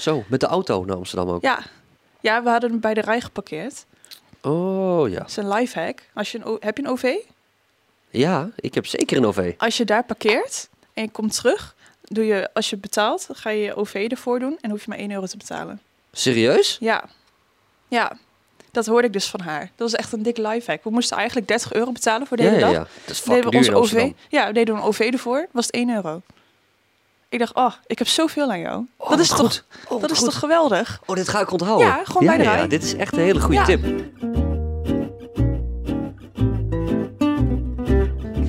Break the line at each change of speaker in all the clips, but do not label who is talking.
Zo, met de auto naar Amsterdam ook.
Ja. ja, we hadden hem bij de rij geparkeerd.
Oh ja.
Dat is een lifehack. Als je een O- heb je een OV?
Ja, ik heb zeker een OV.
Als je daar parkeert en je komt terug, doe je, als je betaalt, ga je je OV ervoor doen en hoef je maar 1 euro te betalen.
Serieus?
Ja. Ja. Dat hoorde ik dus van haar. Dat was echt een dik lifehack. We moesten eigenlijk 30 euro betalen voor de
ja,
hele
ja,
dag.
ja. Dat is
Deden
fucking
we
duur
ons
in
OV?
Amsterdam.
Ja, we deden een OV ervoor. Was het 1 euro. Ik dacht, oh, ik heb zoveel aan jou.
Oh,
dat is,
wat
toch,
goed. Oh, wat
dat is
goed.
toch geweldig?
Oh, dit ga ik onthouden.
Ja, gewoon bij de rij.
dit is echt een hele goede
Ja.
tip.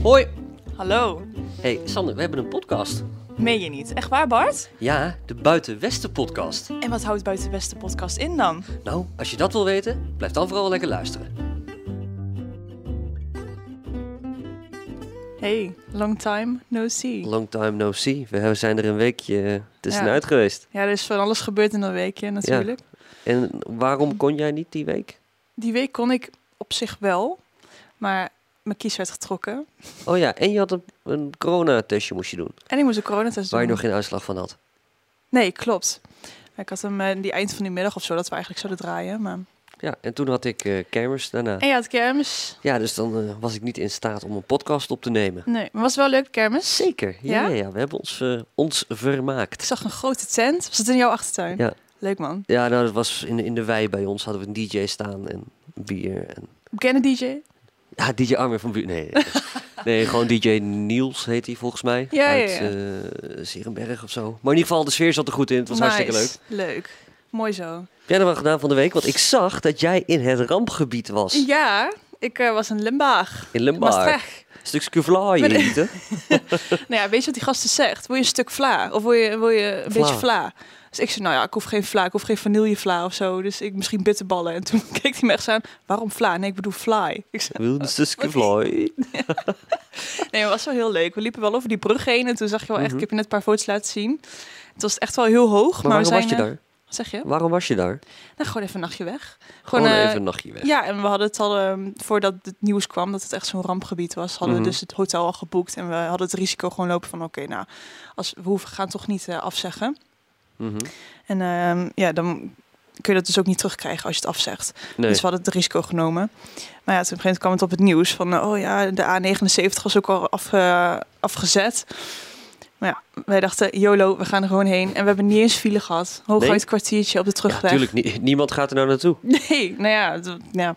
Hoi.
Hallo.
Hey Sander, we hebben een podcast.
Meen je niet? Echt waar, Bart?
Ja, de Buitenwesten podcast.
En wat houdt Buitenwesten podcast in dan?
Nou, als je dat wil weten, blijf dan vooral lekker luisteren.
Hey, long time no see.
Long time no see. We hebben- zijn er een weekje eh, tussenuit geweest.
Ja, er is van alles gebeurd in dat weekje natuurlijk.
En waarom kon jij niet die week?
Die week kon ik op zich wel, maar mijn kies werd getrokken.
Oh ja, en je had een, een coronatestje moest je doen.
En ik moest een coronatest doen.
Waar je nog geen uitslag van had.
Nee, klopt. Ik had hem eh, die eind van die middag of zo, dat we eigenlijk zouden draaien. Maar...
Ja, en toen had ik eh kermis daarna.
En ja, het kermis.
Ja, dus dan eh, was ik niet in staat om een podcast op te nemen.
Nee, maar was wel leuk, kermis.
Zeker, ja,
Ja?
ja? ja, we hebben ons, eh, ons
Ik
vermaakt.
zag een grote tent. Was het in jouw achtertuin?
Ja.
Leuk man.
Ja, nou, dat was in, in de wei bij ons. Hadden we een DJ staan en bier. En...
Bekende DJ?
Ja, DJ Armin van Buurt. Nee, nee, gewoon DJ Niels heet hij volgens mij.
Ja, ja,
uit
ja.
eh, Sierenberg of zo. Maar in ieder geval, de sfeer zat er goed in. Het was hartstikke leuk.
leuk. Leuk. Mooi zo.
Heb jij nog wat gedaan van de week? Want ik zag dat jij in het rampgebied was.
Ja, ik eh, was in Limbaag.
In Limbaar.
Maastricht.
Stukje vlaaien
Maar-
eten.
Nou ja, weet je wat die gasten zegt? Wil je een stuk vla? Of wil je, wil je een
Vla.
beetje vla? Dus ik zei, nou ja, ik hoef geen vla. Ik hoef geen vanillevla of zo. Dus ik misschien bitterballen. En toen keek hij me echt zo aan. Waarom vla? Nee, ik bedoel fly. Ik eh, zei,
Wil je een stukje vlaai?
nee, maar het was wel heel leuk. We liepen wel over die brug heen. En toen zag je wel echt,
Mhm.
ik heb je net een paar foto's laten zien. Het was echt wel heel hoog. Maar,
Maar waarom
we zijn,
was je
eh,
daar?
Wat zeg je?
Waarom was je daar?
Nou, gewoon even een nachtje weg.
Gewoon
eh,
even een nachtje weg.
Ja, en we hadden het al, ehm, voordat het nieuws kwam dat het echt zo'n rampgebied was, hadden
Mhm.
we dus het hotel al geboekt. En we hadden het risico gewoon lopen van, oké, nou, als, we hoeven gaan toch niet eh, afzeggen.
Mhm.
En ehm, ja, dan kun je dat dus ook niet terugkrijgen als je het afzegt.
Nee.
Dus we hadden het risico genomen. Maar ja, toen op een gegeven moment kwam het op het nieuws van, eh, oh ja, de A79 was ook al af, eh, afgezet. Maar ja, wij dachten, YOLO, we gaan er gewoon heen. En we hebben niet eens file gehad. Hooguit
Nee?
een kwartiertje op de
Ja,
terugweg.
natuurlijk. niemand gaat er nou naartoe.
Nee, nou ja, het- ja.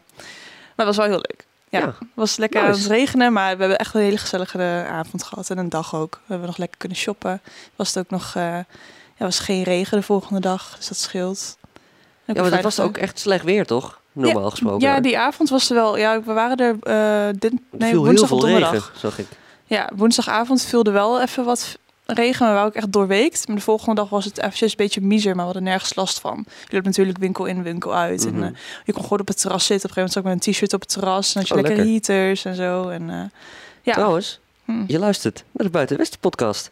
Maar het was wel heel leuk. Ja,
Ja.
het was lekker
Nice.
aan het regenen, maar we hebben echt een hele gezellige eh, avond gehad. En een dag ook. We hebben nog lekker kunnen shoppen. Was het ook nog, eh, ja, was geen regen de volgende dag, dus dat scheelt. En ook
Ja, maar dat
een
was
veilige-
ook echt slecht weer, toch? Normaal gesproken.
Ja,
daar.
die avond was er wel. Ja, we waren er eh dit,
Er viel
nee,
heel
woensdag
veel
of donderdag.
regen, zag ik.
Ja, woensdagavond viel er wel even wat regen, maar wel ook echt doorweekt. Maar de volgende dag was het eventjes een beetje miser, maar we hadden nergens last van. Je loopt natuurlijk winkel in, winkel uit.
Mhm.
En eh, je kon gewoon op het terras zitten. Op een gegeven moment zat ik met een t-shirt op het terras. En had je
Oh,
lekker,
lekker. Oh,
heaters en zo. En, eh, ja,
Trouwens,
Hm.
je luistert naar de Buitenwesten podcast.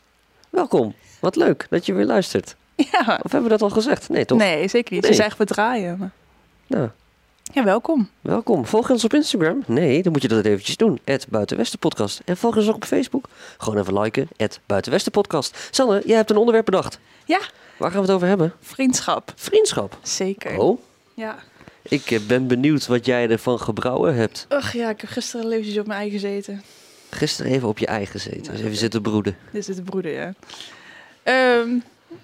Welkom. Wat leuk dat je weer luistert.
ja.
Of hebben we dat al gezegd? Nee, toch?
nee, zeker niet. Ze
Nee.
zijn echt bedraaien. maar-
Nou,
Ja, welkom.
welkom. Volg ons op Instagram. Nee, dan moet je dat eventjes doen. Het Buitenwesten podcast. En volg ons ook op Facebook. Gewoon even liken. Het Buitenwesten podcast. Sanne, jij hebt een onderwerp bedacht.
Ja.
Waar gaan we het over hebben?
Vriendschap.
Vriendschap.
Zeker.
Oh,
Ja.
ik eh, ben benieuwd wat jij ervan gebrouwen hebt.
Och ja, ik heb gisteren eventjes op mijn ei gezeten.
Gisteren even op je ei gezeten. Dus even zitten broeden.
Dit is het broeder, ja. Ehm,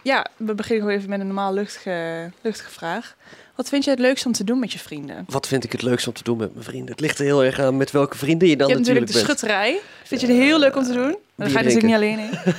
ja, we beginnen gewoon even met een normaal luchtige, luchtige vraag. Wat vind jij het leukst om te doen met je vrienden?
Wat vind ik het leukst om te doen met mijn vrienden? Het ligt er heel erg aan met welke vrienden je dan
je hebt
natuurlijk
natuurlijk
bent.
de schutterij. Vind je het heel leuk om te doen? Maar dan ga je
drinken.
natuurlijk niet alleen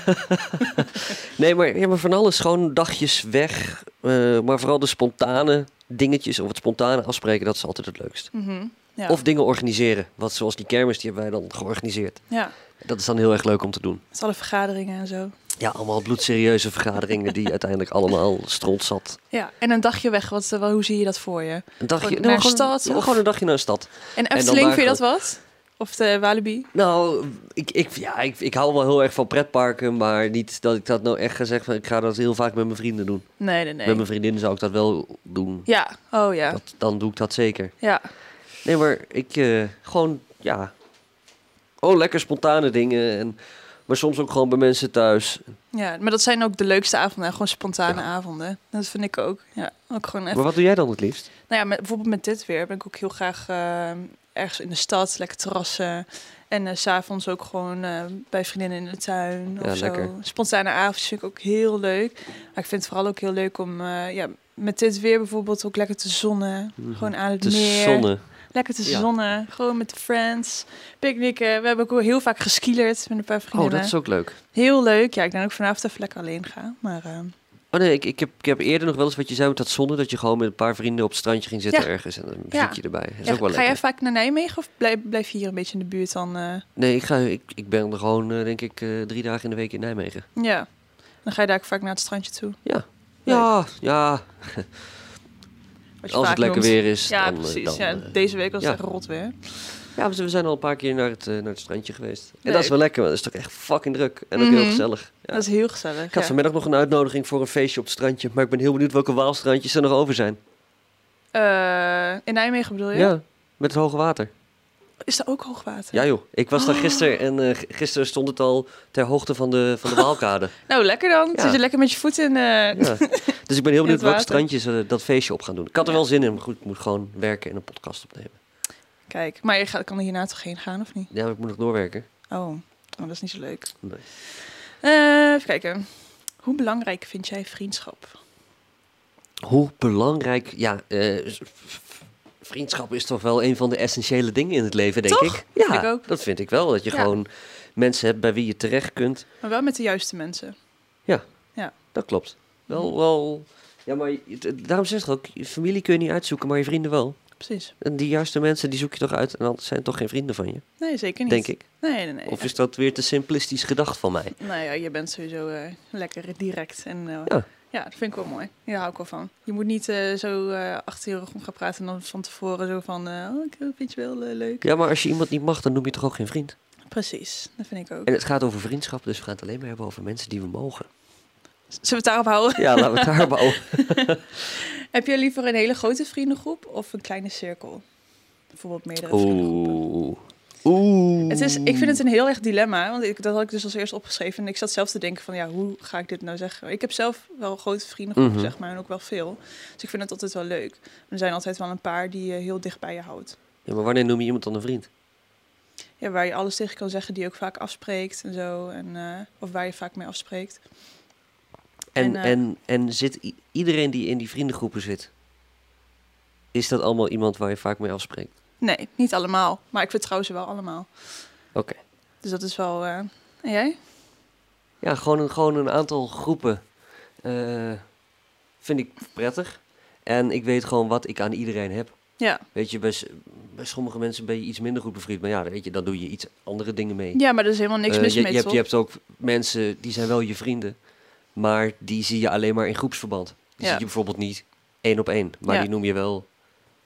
heen.
Nee, maar, ja, maar van alles. Gewoon dagjes weg. eh, maar vooral de spontane dingetjes of het spontane afspreken, dat is altijd het leukst.
Mhm, ja.
Of dingen organiseren. Wat, zoals die kermis, die hebben wij dan georganiseerd.
ja,
Dat is dan heel erg leuk om te doen.
met alle vergaderingen en zo.
Ja, allemaal bloedserieuze vergaderingen die uiteindelijk allemaal stront zat.
Ja, en een dagje weg. Wat, eh, wel, hoe zie je dat voor je?
Een dagje
Gewoon
nou,
naar
gewoon,
stad,
ja,
of-
gewoon een dagje naar de stad.
En
dan
Efteling,
maar
vind je dat wat? Of de Walibi?
Nou, ik, ik, ja, ik, ik hou wel heel erg van pretparken, maar niet dat ik dat nou echt ga zeggen van ik ga dat heel vaak met mijn vrienden doen.
Nee, nee,
Met
nee.
mijn vriendinnen zou ik dat wel doen.
Ja, oh ja.
Dat, dan doe ik dat zeker.
Ja,
Nee, maar ik eh, gewoon, ja. Oh, lekker spontane dingen. En Maar soms ook gewoon bij mensen thuis.
Ja, maar dat zijn ook de leukste avonden. Gewoon spontane avonden. Dat vind ik ook. Ja, ook gewoon even.
Maar wat doe jij dan het liefst?
Nou ja, met, bijvoorbeeld met dit weer ben ik ook heel graag eh, ergens in de stad, lekker terrassen. En eh, s s'avonds ook gewoon eh, bij vriendinnen in de tuin
Ja,
of zo.
lekker.
Spontane avondjes vind ik ook heel leuk. Maar ik vind het vooral ook heel leuk om eh, ja, met dit weer bijvoorbeeld ook lekker te zonnen.
Mhm.
Gewoon aan het
De
meer.
zonne.
Lekker te
Ja.
zonnen. Gewoon met de friends. Picknicken. We hebben ook heel vaak geskielerd met een paar
Oh,
vriendinnen.
dat is ook leuk.
Heel leuk. Ja, ik denk ook vanavond even lekker alleen gaan. Maar eh,
Oh nee, ik, ik, heb, ik heb eerder nog wel eens wat je zei met dat zonne. Dat je gewoon met een paar vrienden op het strandje ging zitten
Ja.
ergens. En een muziekje
Ja.
erbij. Dat is
ja,
ook wel
ga jij
lekker.
vaak naar Nijmegen of blijf, blijf je hier een beetje in de buurt dan? eh,
Nee, ik, ga, ik, ik ben er gewoon eh, denk ik eh, drie dagen in de week in Nijmegen.
Ja. Dan ga je daar ook vaak naar het strandje toe. Leuk.
Ja, ja.
Wat je
Als
vaak
het lekker
noemt.
weer is.
Ja,
dan, eh,
precies.
dan,
ja,
eh,
deze week was
ja.
het echt rot weer.
Ja, we zijn al een paar keer naar het, eh, naar het strandje geweest. En
Leuk.
dat is wel lekker, want het is toch echt fucking druk. En ook heel
Mhm.
gezellig. Ja.
Dat is heel gezellig.
Ik had
ja.
vanmiddag nog een uitnodiging voor een feestje op het strandje. Maar ik ben heel benieuwd welke waalstrandjes er nog over zijn.
Eh, in Nijmegen bedoel
Ja,
je?
met het hoge water.
Is daar ook hoogwater?
Ja joh, ik was
Oh.
daar gisteren en eh, g- gisteren stond het al ter hoogte van de, van de Waalkade.
Nou, lekker dan.
Ja.
Zit je lekker met je voeten in... eh,
ja. Dus ik ben heel benieuwd welke
water.
strandjes eh, dat feestje op gaan doen. Ik had er wel zin in, maar goed, ik moet gewoon werken en een podcast opnemen.
Kijk, maar je gaat, kan er hierna toch heen gaan, of niet?
Ja, maar ik moet nog doorwerken.
Oh, oh dat is niet zo leuk.
Nee.
Eh, even kijken. Hoe belangrijk vind jij vriendschap?
Hoe belangrijk, ja, eh, v- v- vriendschap is toch wel een van de essentiële dingen in het leven, denk
Toch?
ik. Ja,
ik ook.
dat vind ik wel. Dat je
Ja.
gewoon mensen hebt bij wie je terecht kunt.
Maar wel met de juiste mensen.
Dat klopt. Wel, wel. Ja, maar je- het- daarom zeg ik ook, je familie kun je niet uitzoeken, maar je vrienden wel.
Precies.
En die juiste mensen, die zoek je toch uit en anders zijn het toch geen vrienden van je,
Nee, zeker niet.
denk ik.
Nee, nee, nee.
Of is dat weer te simplistisch gedacht van mij?
Nou ja, je bent sowieso eh, lekker direct. En eh,
Ja.
ja. dat vind ik wel mooi. Daar hou ik wel van. Je moet niet eh, zo eh, achter je rug om gaan praten en dan van tevoren zo van... eh, oh, ik vind je wel eh, leuk.
Ja, maar als je iemand niet mag, dan noem je toch ook geen vriend.
Precies, dat vind ik ook.
En het gaat over vriendschap, dus we gaan het alleen maar hebben over mensen die we mogen.
Zullen we het daarop houden?
Ja, laten we het daar bouwen.
Heb jij liever een hele grote vriendengroep of een kleine cirkel? Bijvoorbeeld meerdere vriendengroepen.
Oeh. Oeh.
Het is, ik vind het een heel erg dilemma, want ik, dat had ik dus als eerst opgeschreven. En ik zat zelf te denken van, ja, hoe ga ik dit nou zeggen? Ik heb zelf wel grote vriendengroepen,
Mhm.
zeg maar, en ook wel veel. Dus ik vind het altijd wel leuk. Er zijn altijd wel een paar die je heel dicht bij je houdt.
Ja, maar wanneer noem je iemand dan een vriend?
Ja, waar je alles tegen kan zeggen, die je ook vaak afspreekt en zo. En, eh, of waar je vaak mee afspreekt.
En,
En, eh,
en, en zit i- iedereen die in die vriendengroepen zit, is dat allemaal iemand waar je vaak mee afspreekt?
Nee, niet allemaal. Maar ik vertrouw ze wel allemaal.
Oké.
Dus dat is wel... eh, en jij?
Ja, gewoon een, gewoon een aantal groepen eh, vind ik prettig. En ik weet gewoon wat ik aan iedereen heb.
Ja.
Weet je, bij, s- bij sommige mensen ben je iets minder goed bevriend. Maar ja, weet je, dan doe je iets andere dingen mee.
ja, maar er is helemaal niks
Eh,
mis
je,
mee,
je, hebt,
toch?
je hebt ook mensen die zijn wel je vrienden. Maar die zie je alleen maar in groepsverband. Die
Ja.
zie je bijvoorbeeld niet één op één. Maar
Ja.
die noem je wel,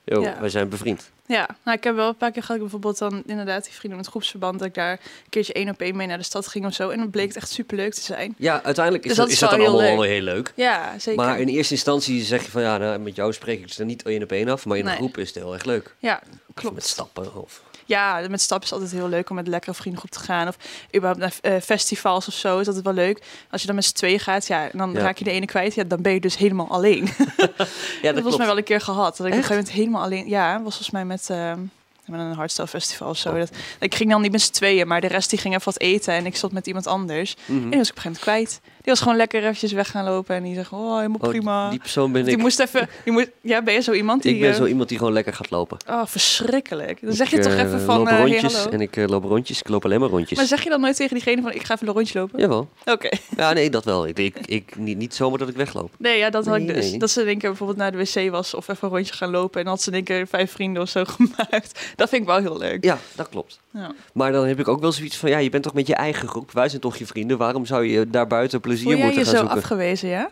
yo,
Ja.
wij zijn bevriend.
Ja, nou, ik heb wel een paar keer gehad, ik bijvoorbeeld dan inderdaad die vrienden met groepsverband, dat ik daar een keertje één op één mee naar de stad ging of zo. En dan bleek het echt superleuk te zijn.
Ja, uiteindelijk is
Dus
dat,
dat
is dat
is
dan
wel heel
allemaal wel
leuk.
heel leuk.
Ja, zeker.
Maar in eerste instantie zeg je van ja, nou, met jou spreek ik dus dan niet één op één af. Maar in een
Nee.
groep is het heel erg leuk.
Ja,
Klopt. Met
klopt.
stappen of...
Ja, met stap is altijd heel leuk om met een lekkere vriendengroep te gaan. Of überhaupt naar eh, festivals of zo, is altijd wel leuk. Als je dan met z'n tweeën gaat, ja, en dan
Ja.
raak je de ene kwijt. Ja, dan ben je dus helemaal alleen. dat
Ja,
was mij wel een keer gehad. Dat ik op een
Echt?
gegeven moment helemaal alleen... Ja, was volgens mij met... ehm, met een hardstyle festival of zo.
Oh.
Dat, ik ging dan niet met z'n tweeën, maar de rest die ging even wat eten en ik stond met iemand anders.
Mhm.
En die was ik op een gegeven moment kwijt. Die was gewoon lekker eventjes weg gaan lopen en die zegt, oh, helemaal prima.
Die
Die,
persoon ben ik.
moest even, die moest, ja, ben je zo iemand die...
ik ben
eh,
zo iemand die gewoon lekker gaat lopen.
Oh, verschrikkelijk. Dan zeg je
Ik,
toch
eh,
even van,
loop
eh, hey,
rondjes
hallo.
en ik eh, loop rondjes. Ik loop alleen maar rondjes.
Maar zeg je dan nooit tegen diegene van, ik ga even een rondje lopen?
Jawel.
Oké.
Ja, nee, dat wel. Ik, ik, ik, niet, niet zomaar dat ik wegloop.
Nee, ja, dat had
Nee,
ik dus.
nee.
Dat ze denken bijvoorbeeld naar de wc was of even een rondje gaan lopen. En dan had ze denken vijf vrienden of zo gemaakt. Dat vind ik wel heel leuk.
Ja, dat klopt.
Ja.
Maar dan heb ik ook wel zoiets van, ja, je bent toch met je eigen groep. Wij zijn toch je vrienden. Waarom zou je daar buiten plezier
Voel jij
moeten
je
gaan
zo
zoeken?
afgewezen, ja?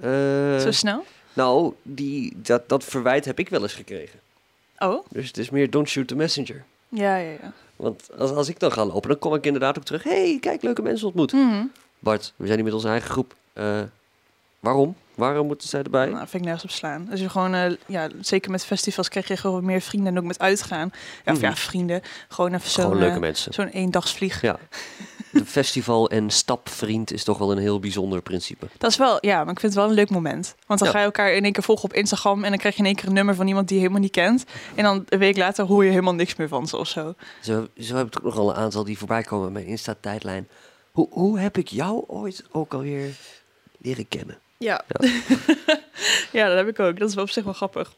Eh,
Zo snel?
nou, die, dat, dat verwijt heb ik wel eens gekregen.
Oh,
Dus het is meer don't shoot the messenger.
ja, ja, ja.
Want als, als ik dan ga lopen, dan kom ik inderdaad ook terug. hey, kijk, leuke mensen ontmoet.
Mhm.
Bart, we zijn hier met onze eigen groep. Eh, waarom? Waarom moeten zij erbij?
Nou, vind ik nergens op slaan. Als je gewoon, eh, ja, zeker met festivals krijg je gewoon meer vrienden en ook met uitgaan. Ja, of
Mhm.
ja, vrienden. Gewoon even
Gewoon
zo'n
leuke
eh,
mensen.
zo'n eendagsvlieg.
Ja. de festival- en stapvriend is toch wel een heel bijzonder principe.
Dat is wel, ja, maar ik vind het wel een leuk moment. Want dan
Ja.
ga je elkaar in één keer volgen op Instagram en dan krijg je in één keer een nummer van iemand die je helemaal niet kent. En dan een week later hoor je helemaal niks meer van ze of zo.
Zo, zo heb ik er ook nogal een aantal die voorbij komen in mijn Insta-tijdlijn. Hoe, hoe heb ik jou ooit ook alweer leren kennen?
Ja. ja, dat heb ik ook. Dat is wel op zich wel grappig.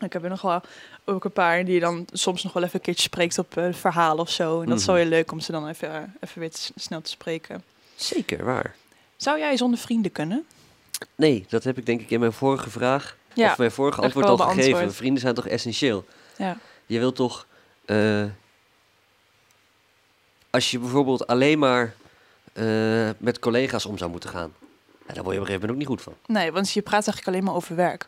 Ik heb er nog wel ook een paar die je dan soms nog wel even een keertje spreekt op eh verhalen of zo. En dat is wel
Mhm.
heel leuk om ze dan even, eh, even weer te s- snel te spreken.
Zeker waar.
Zou jij zonder vrienden kunnen?
Nee, dat heb ik denk ik in mijn vorige vraag
Ja,
of mijn vorige
heb ik
antwoord al
wel
gegeven.
beantwoord.
Vrienden zijn toch essentieel?
Ja.
Je wilt toch... eh, als je bijvoorbeeld alleen maar eh, met collega's om zou moeten gaan... ja, daar word je op een gegeven moment ook niet goed van.
Nee, want je praat eigenlijk alleen maar over werk.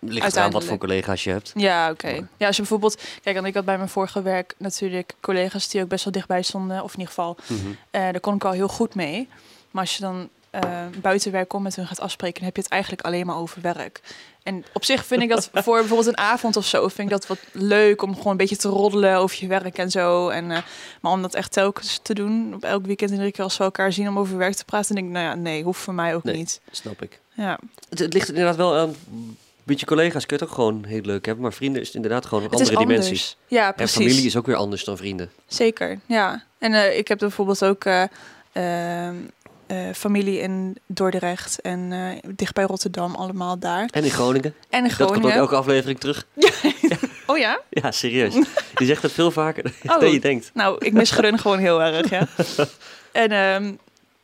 Ligt eraan wat
Uiteindelijk.
voor collega's je hebt.
Ja, oké.
Maar-
Ja, als je bijvoorbeeld... Kijk, want ik had bij mijn vorige werk natuurlijk collega's die ook best wel dichtbij stonden. Of in ieder geval,
Mhm.
eh, daar kon ik al heel goed mee. Maar als je dan eh, buiten werk komt met hun gaat afspreken... dan heb je het eigenlijk alleen maar over werk. En op zich vind ik dat voor bijvoorbeeld een avond of zo... vind ik dat wat leuk om gewoon een beetje te roddelen over je werk en zo. En, eh, maar om dat echt telkens te doen, op elk weekend en iedere keer als we elkaar zien... om over werk te praten, dan denk ik, nou ja, nee, hoeft voor mij ook
Nee.
niet.
Snap ik.
Ja.
Het, het ligt inderdaad wel aan... Met je collega's kun je het ook gewoon heel leuk hebben. Maar vrienden is het inderdaad gewoon een
Het is
andere dimensie.
anders. Ja,
En
precies.
familie is ook weer anders dan vrienden.
Zeker, ja. En eh, ik heb bijvoorbeeld ook eh, ehm, eh, familie in Dordrecht en eh dicht bij Rotterdam, allemaal daar.
En in Groningen.
En in
Dat komt ook
Groningen.
elke aflevering terug.
Oh ja?
Ja, serieus. Je zegt het veel vaker
Oh.
dan je denkt.
Nou, ik mis Grun gewoon heel erg, ja. En ehm,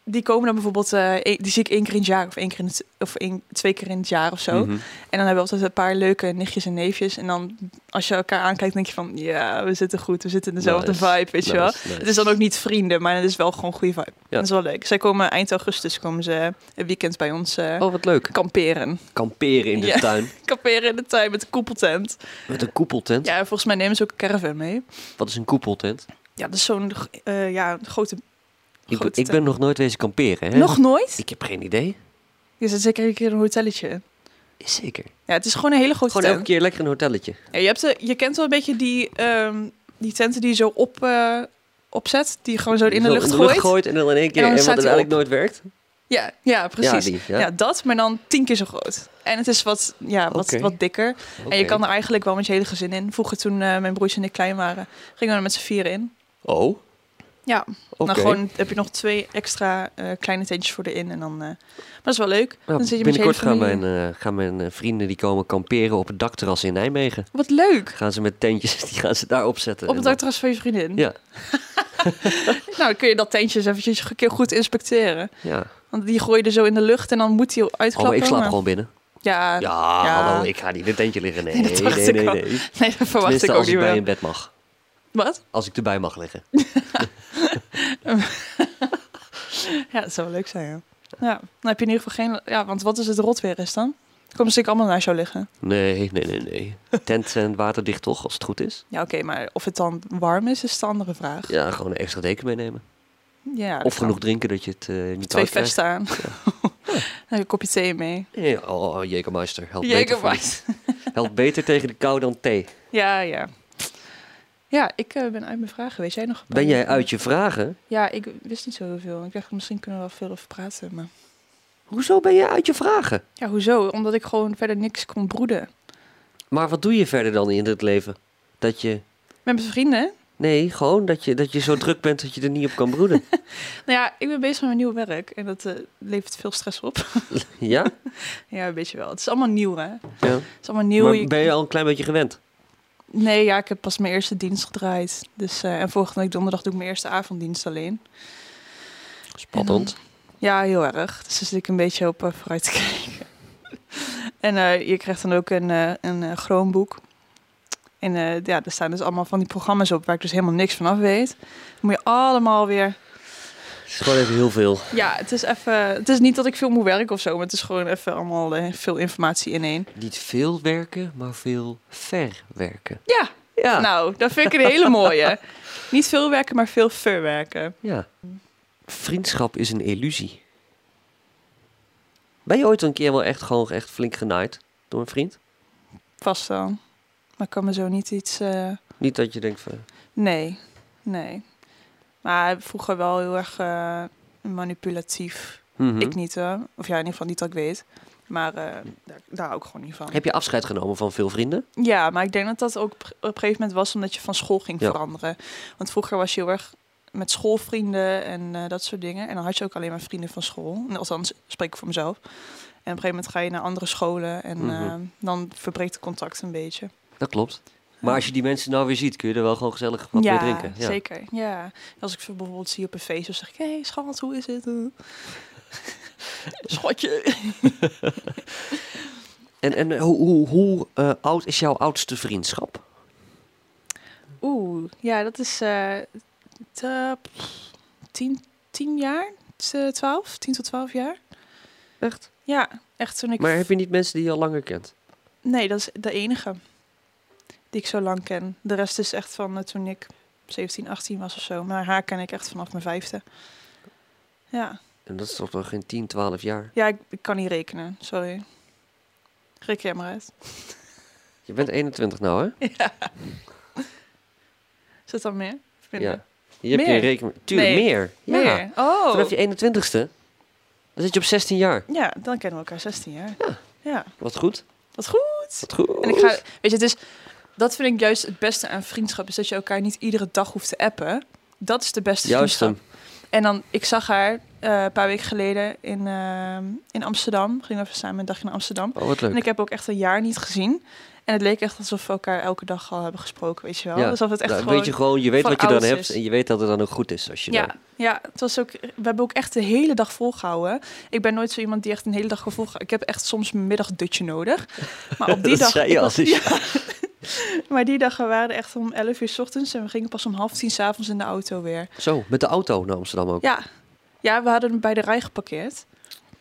die komen dan bijvoorbeeld, eh, e- die zie ik één keer in het jaar of, één keer in het, of één, twee keer in het jaar of zo.
Mhm.
En dan hebben we altijd een paar leuke nichtjes en neefjes. En dan als je elkaar aankijkt, denk je van, ja, we zitten goed, we zitten in dezelfde
Nice,
vibe, weet je wel.
Nice,
Het
nice.
is dan ook niet vrienden, maar het is wel gewoon een goede vibe. Dat is wel leuk. Zij komen eind augustus komen ze een weekend bij ons eh,
Oh, wat leuk.
kamperen.
Kamperen in de
Ja.
tuin
Kamperen in de tuin met een koepeltent.
met een koepeltent.
Ja, en volgens mij nemen ze ook een caravan mee.
Wat is een koepeltent?
Ja, dat is zo'n eh, ja, grote...
Ik,
grote
ik ben nog nooit wezen kamperen. Hè?
tent. Nog nooit?
Ik heb geen idee.
Je zit zeker een keer in een hotelletje.
Zeker.
Ja, het is gewoon een hele grote
Gewoon elke
tent.
keer lekker een hotelletje.
Ja, je, hebt, de- je kent wel een beetje die, ehm, die tenten die je zo op, eh, opzet, die je gewoon zo in de
Zo
lucht gooit.
gooit en dan in één keer.
dan
En, wat
staat hij
uiteindelijk nooit werkt.
Ja, ja, precies.
Ja, die. Ja.
Ja, dat, maar dan tien keer zo groot. En het is wat, ja, wat,
Oké.
wat dikker. En
Oké.
je kan er eigenlijk wel met je hele gezin in. Vroeger toen eh, mijn broertje en ik klein waren, gingen we er met z'n vieren in.
Oh, oké.
Ja, dan gewoon heb je nog twee extra eh, kleine tentjes voor erin. En dan, eh, maar dat is wel leuk.
Nou,
dan zit je met je hele
binnenkort gaan
familie.
mijn, eh, gaan mijn eh, vrienden die komen kamperen op het dakterras in Nijmegen.
Wat leuk!
Gaan ze met tentjes, die gaan ze daar opzetten.
Op
En dan-
het dakterras van je vriendin.
eh, Ja.
nou, dan kun je dat tentje eens eventjes een keer goed inspecteren.
Ja.
Want die gooi je er zo in de lucht en dan moet die
Oh,
uitklappen.
maar ik slaap
maar-
gewoon binnen.
Ja,
Ja,
ja.
hallo, ik ga niet in een tentje liggen. Nee,
Nee, dat
nee,
dacht
nee,
ik
nee.
al. nee, dat verwacht
Tenminste,
ik ook
als
niet
ik bij
meer.
in bed mag.
Wat?
Als ik erbij mag liggen.
Ja, dat zou wel leuk zijn, ja. Ja, dan heb je in ieder geval geen... Ja, want wat is het rot weer is dan? Komen ze natuurlijk allemaal naast jou liggen.
Nee, nee, nee, nee. Tent en waterdicht toch, als het goed is.
Ja, oké, maar of het dan warm is, is de andere vraag. Ja,
Ja, gewoon een extra deken meenemen.
dat
Of
kan.
genoeg drinken dat je het eh niet
Twee
koud
vesten aan. en een kopje thee mee.
krijgt. Eh, Oh, oh, Jägermeister. Helpt beter, voor je-
Jägermeister.
helpt beter tegen de kou dan thee.
Ja, ja. Ja, ik eh, ben uit mijn vragen. Weet jij nog?
Ben jij uit je vragen?
Ja, ik wist niet zo heel veel. Ik dacht, misschien kunnen we wel veel over praten. Maar...
Hoezo ben je uit je vragen?
Ja, hoezo? Omdat ik gewoon verder niks kon broeden.
Maar wat doe je verder dan in het leven? Dat je...
Met mijn vrienden.
Nee, gewoon dat je, dat je zo druk bent dat je er niet op kan broeden.
Nou ja, ik ben bezig met mijn nieuw werk. En dat eh, levert veel stress op.
Ja?
ja, een beetje wel. Het is allemaal nieuw, hè?
ja.
Het is allemaal nieuw.
Maar
Je-
ben je al een klein beetje gewend?
Nee, ja, ik heb pas mijn eerste dienst gedraaid. Dus, eh, en volgende week donderdag doe ik mijn eerste avonddienst alleen.
Spannend.
Ja, heel erg. Dus daar zit ik een beetje op eh, vooruit te kijken. en eh, je krijgt dan ook een, eh een eh, Chromebook. En eh, ja, er staan dus allemaal van die programma's op waar ik dus helemaal niks van af weet. Dan moet je allemaal weer...
Het is gewoon even heel veel.
Ja, het is even... Het is niet dat ik veel moet werken of zo, maar het is gewoon even allemaal eh, veel informatie in één.
Niet veel werken, maar veel verwerken.
Ja,
Ja.
nou, dat vind ik een hele mooie. niet veel werken, maar veel verwerken.
ja. Vriendschap is een illusie. Ben je ooit een keer wel echt gewoon echt flink genaaid door een vriend?
Vast dan. Maar ik kan me zo niet iets... eh,
Niet dat je denkt van...
Nee, nee. Maar vroeger wel heel erg eh, manipulatief.
Mhm.
Ik niet, hè. Of ja, in ieder geval niet dat ik weet. Maar eh, daar, daar hou ik gewoon niet van.
Heb je afscheid genomen van veel vrienden?
Ja, maar ik denk dat dat ook op een gegeven moment was omdat je van school ging
Ja.
veranderen. Want vroeger was je heel erg met schoolvrienden en eh, dat soort dingen. En dan had je ook alleen maar vrienden van school. En Althans, spreek ik voor mezelf. En op een gegeven moment ga je naar andere scholen en
Mhm.
eh, dan verbreekt het contact een beetje.
Dat klopt. Maar als je die mensen nou weer ziet, kun je er wel gewoon gezellig wat mee drinken. Ja,
zeker. Ja. Als ik ze bijvoorbeeld zie op een feest, dan zeg ik, hé hey, schat, hoe is het? Schotje.
En, en eh, hoe, hoe, hoe eh, oud is jouw oudste vriendschap?
Oeh, ja, dat is eh te- pff, tien, tien jaar, Te- twaalf, tien tot twaalf jaar.
Echt?
Ja, echt toen ik...
Maar heb je niet mensen die je al langer kent?
Nee, dat is de enige die ik zo lang ken. De rest is echt van eh, toen ik 17, 18 was of zo. Maar haar ken ik echt vanaf mijn vijfde. Ja,
En dat is toch nog geen 10, 12 jaar?
ja ik, ik kan niet rekenen, sorry. Reken jij maar uit.
Je bent 21 nou, hè?
Is dat dan meer? Of minder?
Ja. Je hebt je
Meer?
rekening... Tuurlijk,
Nee.
meer. Ja.
Meer? Oh.
Vanaf je 21ste, dan zit je op 16 jaar.
Ja, dan kennen we elkaar 16 jaar.
Ja.
ja.
Wat goed.
Wat goed.
Wat goed.
En ik ga, weet je, het is, dat vind ik juist het beste aan vriendschap, is dat je elkaar niet iedere dag hoeft te appen. Dat is de beste
Juist hem.
vriendschap. En dan, ik zag haar eh, een paar weken geleden in, ehm, in Amsterdam. Gingen we even samen een dagje naar Amsterdam.
Oh, wat
En
leuk.
ik heb ook echt een jaar niet gezien. En het leek echt alsof we elkaar elke dag al hebben gesproken, weet je wel.
Ja.
Alsof het oh, echt
Nou,
gewoon...
weet je gewoon, je weet
van
wat je dan
ouds
hebt
is.
en je weet dat het dan ook goed is als je
Ja,
dan-
ja, het was ook, we hebben ook echt de hele dag volgehouden. Ik ben nooit zo iemand die echt een hele dag gevoel. Ik heb echt soms een middagdutje nodig. Maar op die
Dat
dag.
zei je
ik
al,
was-
dus ja.
maar die dag we waren echt om 11 uur 's ochtends en we gingen pas om half tien 's avonds in de auto weer.
Zo, met de auto naar Amsterdam ook.
Ja. Ja, we hadden hem bij de rij geparkeerd.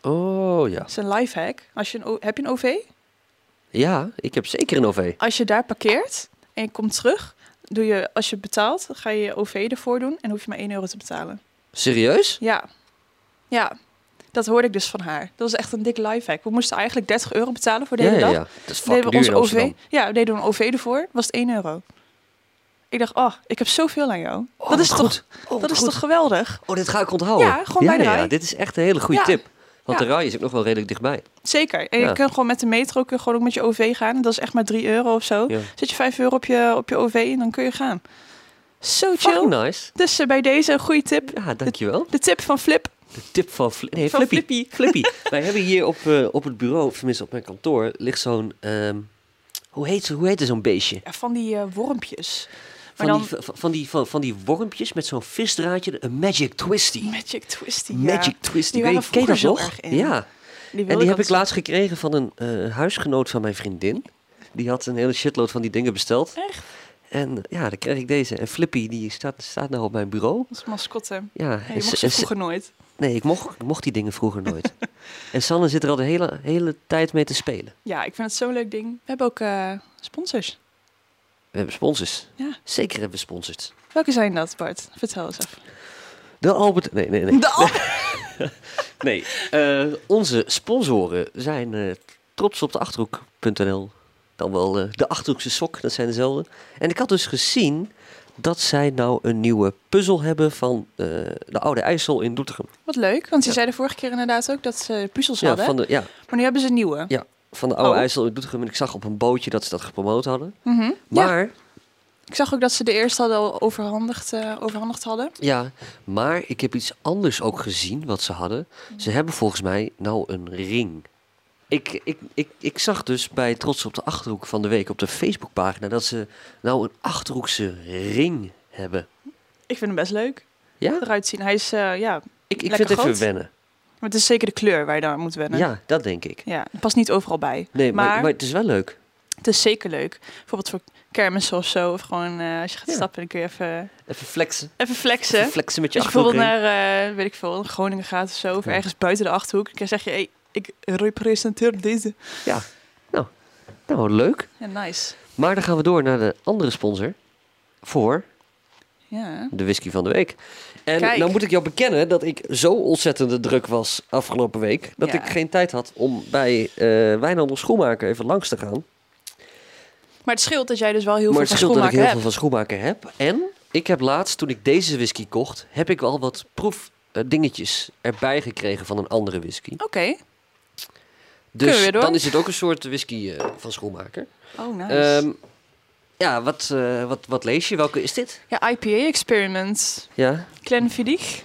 Oh, ja.
Dat is een lifehack. Als je een, O- heb je een OV?
Ja, ik heb zeker een OV.
Als je daar parkeert en je komt terug, doe je, als je betaalt, dan ga je je OV ervoor doen en hoef je maar 1 euro te betalen.
Serieus?
Ja. Ja. Dat hoorde ik dus van haar. Dat was echt een dik lifehack. We moesten eigenlijk 30 euro betalen voor de
ja,
hele
ja,
dag.
ja. Dat is
Deden
fucking
we
duur in
onze OV.
Amsterdam.
Ja, we deden een OV ervoor. Was het 1 euro. Ik dacht, oh, ik heb zoveel aan jou.
Oh,
dat is,
wat
toch,
goed. Oh,
dat
wat
is
goed.
toch geweldig?
Oh, dit ga ik onthouden.
Ja, gewoon bij de
ja,
rij.
ja, dit is echt een hele goede
Ja.
tip. Want
Ja.
de rij is ook nog wel redelijk dichtbij.
Zeker. En
Ja.
je kunt gewoon met de metro, kun je gewoon ook met je OV gaan. Dat is echt maar 3 euro of zo.
Ja.
Zet je 5 euro op je, op je OV en dan kun je gaan. Zo chill.
Fucking nice.
Dus eh, bij deze een goede tip.
Ja, dankjewel.
De tip van Flip.
De tip van, Fli- nee,
Van
Flippy. Flippy. Wij hebben hier op, eh, op het bureau, of tenminste op mijn kantoor, ligt zo'n... ehm, hoe heet, ze- hoe heet zo'n beestje?
Ja, van die eh, wormpjes.
Van,
Maar dan
die, van, van die, van, van die wormpjes met zo'n visdraadje, een Magic Twisty.
Magic Twisty. ja.
Magic Twisty,
Die
weet
waren
je, ken je dat nog?
vroeger zo erg in.
Ja,
Die wilde
en die heb ik
altijd-
laatst gekregen van een eh, huisgenoot van mijn vriendin. Die had een hele shitload van die dingen besteld.
Echt?
En eh, ja, dan kreeg ik deze. En Flippy, die staat, staat nou op mijn bureau.
Als mascotte.
Ja,
Ja,
en
je
Sa-
mocht
en Sa-
ze vroeger nooit.
nee, ik mocht, ik mocht die dingen vroeger nooit. en Sanne zit er al de hele, hele tijd mee te spelen.
Ja, ik vind het zo'n leuk ding. We hebben ook eh, sponsors.
We hebben sponsors.
Ja.
Zeker hebben we sponsors.
Welke zijn dat, Bart? Vertel eens even.
De Albert... Nee, nee, nee.
De al-
nee. eh, onze sponsoren zijn eh, trots op de Achterhoek.nl. Dan wel eh, de Achterhoekse sok, dat zijn dezelfde. En ik had dus gezien dat zij nou een nieuwe puzzel hebben van eh, de Oude IJssel in Doetinchem.
Wat leuk, want je
Ja.
zei de vorige keer inderdaad ook dat ze puzzels
Ja,
hadden.
van de, ja,
Maar nu hebben ze een nieuwe.
Ja, van de Oude
Oh.
IJssel in Doetinchem. En ik zag op een bootje dat ze dat gepromoot hadden.
Mhm. Ja,
Maar, ja.
ik zag ook dat ze de eerste hadden al overhandigd, eh, overhandigd hadden.
maar ik heb iets anders ook gezien wat ze hadden.
Mhm.
Ze hebben volgens mij nou een ring. Ik, ik, ik, ik zag dus bij Trots op de Achterhoek van de Week op de Facebookpagina... dat ze nou een Achterhoekse ring hebben.
Ik vind hem best leuk
Ja,
eruit zien. Hij is, eh, ja,
ik, ik
Lekker
vind het even
groot.
wennen.
maar het is zeker de kleur waar je dan aan moet wennen.
Ja, dat denk ik.
Ja, het past niet overal bij.
Nee, maar, maar,
Maar-
het is wel leuk.
Het is zeker leuk. Bijvoorbeeld voor kermissen of zo. Of gewoon eh, als je gaat
Ja.
stappen, dan kun je even,
Even flexen.
even flexen.
Even flexen met je
Als je bijvoorbeeld
achterhoekring.
naar, eh, weet ik veel, Groningen gaat of zo, of
Ja.
ergens buiten de Achterhoek, dan zeg je, hey, ik representeer deze.
Nou, leuk.
Ja, nice.
Maar dan gaan we door naar de andere sponsor. Voor
Ja.
De whisky van de week. En
Kijk.
nou moet ik jou bekennen dat ik zo ontzettende druk was afgelopen week... dat
Ja.
ik geen tijd had om bij eh Wijnhandel Schoenmaker even langs te gaan.
Maar het scheelt dat jij dus wel heel
maar het
veel van
scheelt dat ik heel
schoenmaker
veel
hebt.
van Schoenmaker heb. En Ik heb laatst, toen ik deze whisky kocht, heb ik al wat proefdingetjes erbij gekregen van een andere whisky.
Oké. Kunnen we
Dus
weer door?
dan is het ook een soort whisky eh, van schoenmaker.
Oh, nice.
Ehm, ja, wat, eh, wat, wat lees je? Welke is dit?
ja, IPA Experiment.
Ja,
Glenfiddich.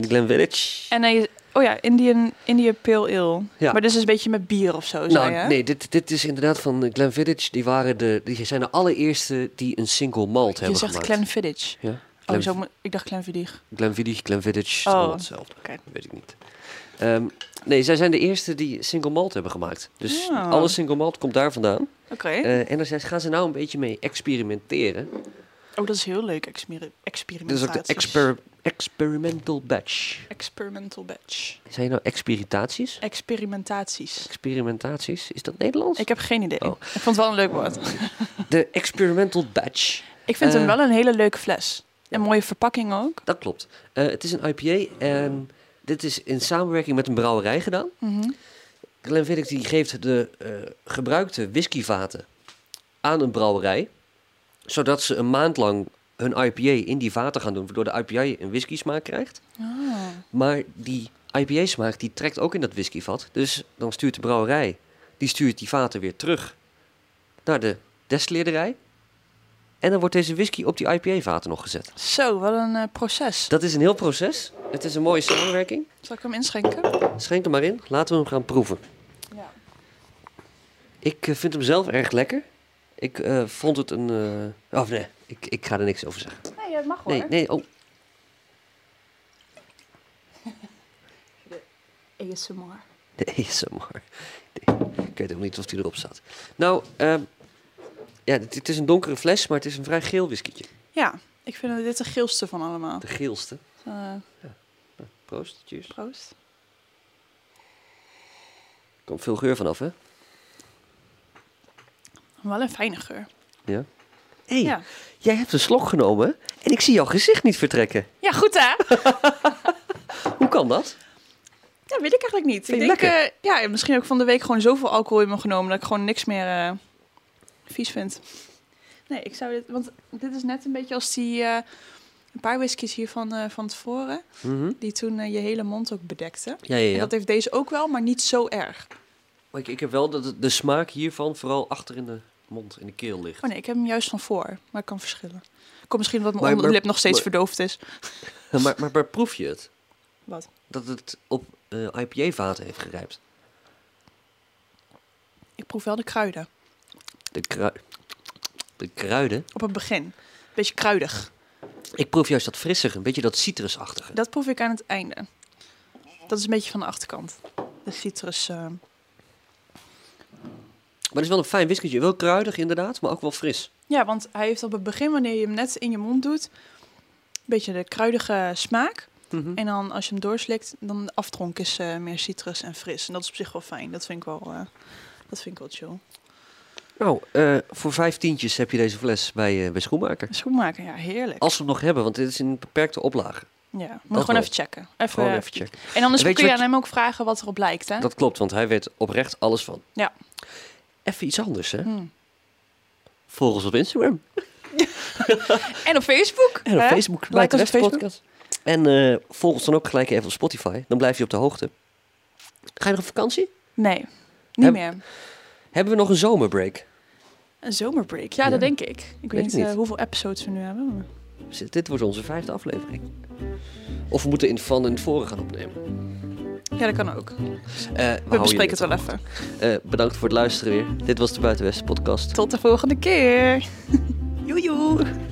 Glenvillage.
En hij... Oh ja, Indian, India Pale Ale.
Ja.
Maar dit is een beetje met bier of zo, Oh, zei je?
Nou, nee, dit, dit is inderdaad van Glenvillage. Die, waren de, die zijn de allereerste die een single malt
Je
hebben
zegt
gemaakt.
Glenfiddich.
Ja.
Oh,
Glen-
zo moet- ik dacht Glenfiddich.
Glenfiddich, Glenfiddich, het is
Oh,
allemaal hetzelfde.
oké.
Weet ik niet. Ehm, nee, zij zijn de eerste die single malt hebben gemaakt. Dus
Ja.
alle single malt komt daar vandaan.
Oké.
Eh, en daar zijn- gaan ze nou een beetje mee experimenteren.
oh, dat is heel leuk, exper experimentatie.
Dit is ook de exper- experimental batch.
Experimental batch.
Zijn je nou experimentaties?
Experimentaties.
Experimentaties? Is dat Nederlands?
Ik heb geen idee.
Oh.
Ik vond het wel een leuk woord.
De experimental batch.
Ik vind hem
Eh.
wel een hele leuke fles. Een mooie verpakking ook.
Dat klopt. Eh, het is een IPA en dit is in samenwerking met een brouwerij gedaan.
Mhm.
Glenfiddich die geeft de eh, gebruikte whiskyvaten aan een brouwerij, zodat ze een maand lang hun IPA in die vaten gaan doen, waardoor de IPA een whisky smaak krijgt.
Ah.
Maar die IPA smaak die trekt ook in dat whiskyvat, dus dan stuurt de brouwerij die stuurt die vaten weer terug naar de destilleerderij. En dan wordt deze whisky op die IPA vaten nog gezet.
Zo, wat een eh, proces.
Dat is een heel proces. Het is een mooie samenwerking.
Zal ik hem inschenken?
Schenk hem maar in. Laten we hem gaan proeven.
Ja.
Ik eh, vind hem zelf erg lekker. Ik eh, vond het een... eh, Of nee, ik, ik ga er niks over zeggen.
Nee, het mag
Nee, nee, oh.
ASMR.
De ASMR. Nee, ik weet ook niet of die erop staat. Nou, ehm, ja, het, het is een donkere fles, maar het is een vrij geel whiskietje.
Ja, ik vind dit de geelste van allemaal.
De geelste.
Eh,
Proost, cheers. Er
proost.
komt veel geur vanaf, hè?
Wel een fijne geur.
Ja. hey,
Ja.
jij hebt een slok genomen en ik zie jouw gezicht niet vertrekken.
ja, goed hè?
Hoe kan dat?
Ja, weet ik eigenlijk niet.
Vind
ik
je
denk, eh, ja, misschien heb ik van de week gewoon zoveel alcohol in me genomen dat ik gewoon niks meer eh, vies vind. Nee, ik zou dit, want dit is net een beetje als die eh, een paar whiskies hier van, eh, van tevoren,
Mhm.
die toen eh, je hele mond ook bedekten.
Ja, ja,
En
ja.
dat heeft deze ook wel, maar niet zo erg.
Maar ik, ik heb wel dat het- de smaak hiervan vooral achter in de mond, in de keel ligt.
Oh nee, ik heb hem juist van voor, maar ik kan verschillen. Komt misschien omdat mijn
Maar- maar-
onderlip nog steeds
maar-
verdoofd is.
maar, maar, maar proef je het?
Wat?
Dat het op eh, IPA-vaten heeft gerijpt.
Ik proef wel de kruiden.
De, krui- de kruiden.
Op het begin. Beetje kruidig.
Ik proef juist dat frissige, een beetje dat citrusachtige.
Dat proef ik aan het einde. Dat is een beetje van de achterkant. De citrus. eh,
Maar het is wel een fijn whisketje. Wel kruidig inderdaad, maar ook wel fris.
Ja, want hij heeft op het begin, wanneer je hem net in je mond doet, een beetje de kruidige smaak. En dan als je hem doorslikt, dan de aftronk is eh, meer citrus en fris. En dat is op zich wel fijn. Dat vind ik wel, eh, dat vind ik wel chill.
Nou, eh, voor vijf tientjes heb je deze fles bij, eh, bij Schoenmaker.
Schoenmaker, ja, heerlijk.
Als we hem nog hebben, want dit is in een beperkte oplage.
Ja, moet je
wel.
gewoon even checken. Even,
Gewoon
eh,
even checken.
En anders
Weet je
kun je
wat
aan hem ook vragen wat erop lijkt, hè?
Dat klopt, want hij weet oprecht alles van.
Ja.
Even iets anders, hè?
Hmm.
Volg ons op Instagram.
En op Facebook.
En op
hè?
Facebook. bij
Like ons op
Terecht
Facebook.
Podcast. En eh, volg ons dan ook gelijk even op Spotify. Dan blijf je op de hoogte. Ga je nog op vakantie?
Nee, niet
Heb-
meer.
Hebben we nog een zomerbreak?
Een zomerbreak. Ja,
Ja.
dat denk ik. Ik weet
ik
niet, eh,
niet.
hoeveel episodes we nu hebben. maar-
Zit- Dus Dit wordt onze vijfde aflevering. Of we moeten in van en voren gaan opnemen.
Ja, dat kan ook.
Eh, we houden
We
jullie
bespreken het
op de
wel even.
hoogte. Eh, bedankt voor het luisteren weer. Dit was de Buitenwesten podcast.
Tot de volgende keer. Joejoe.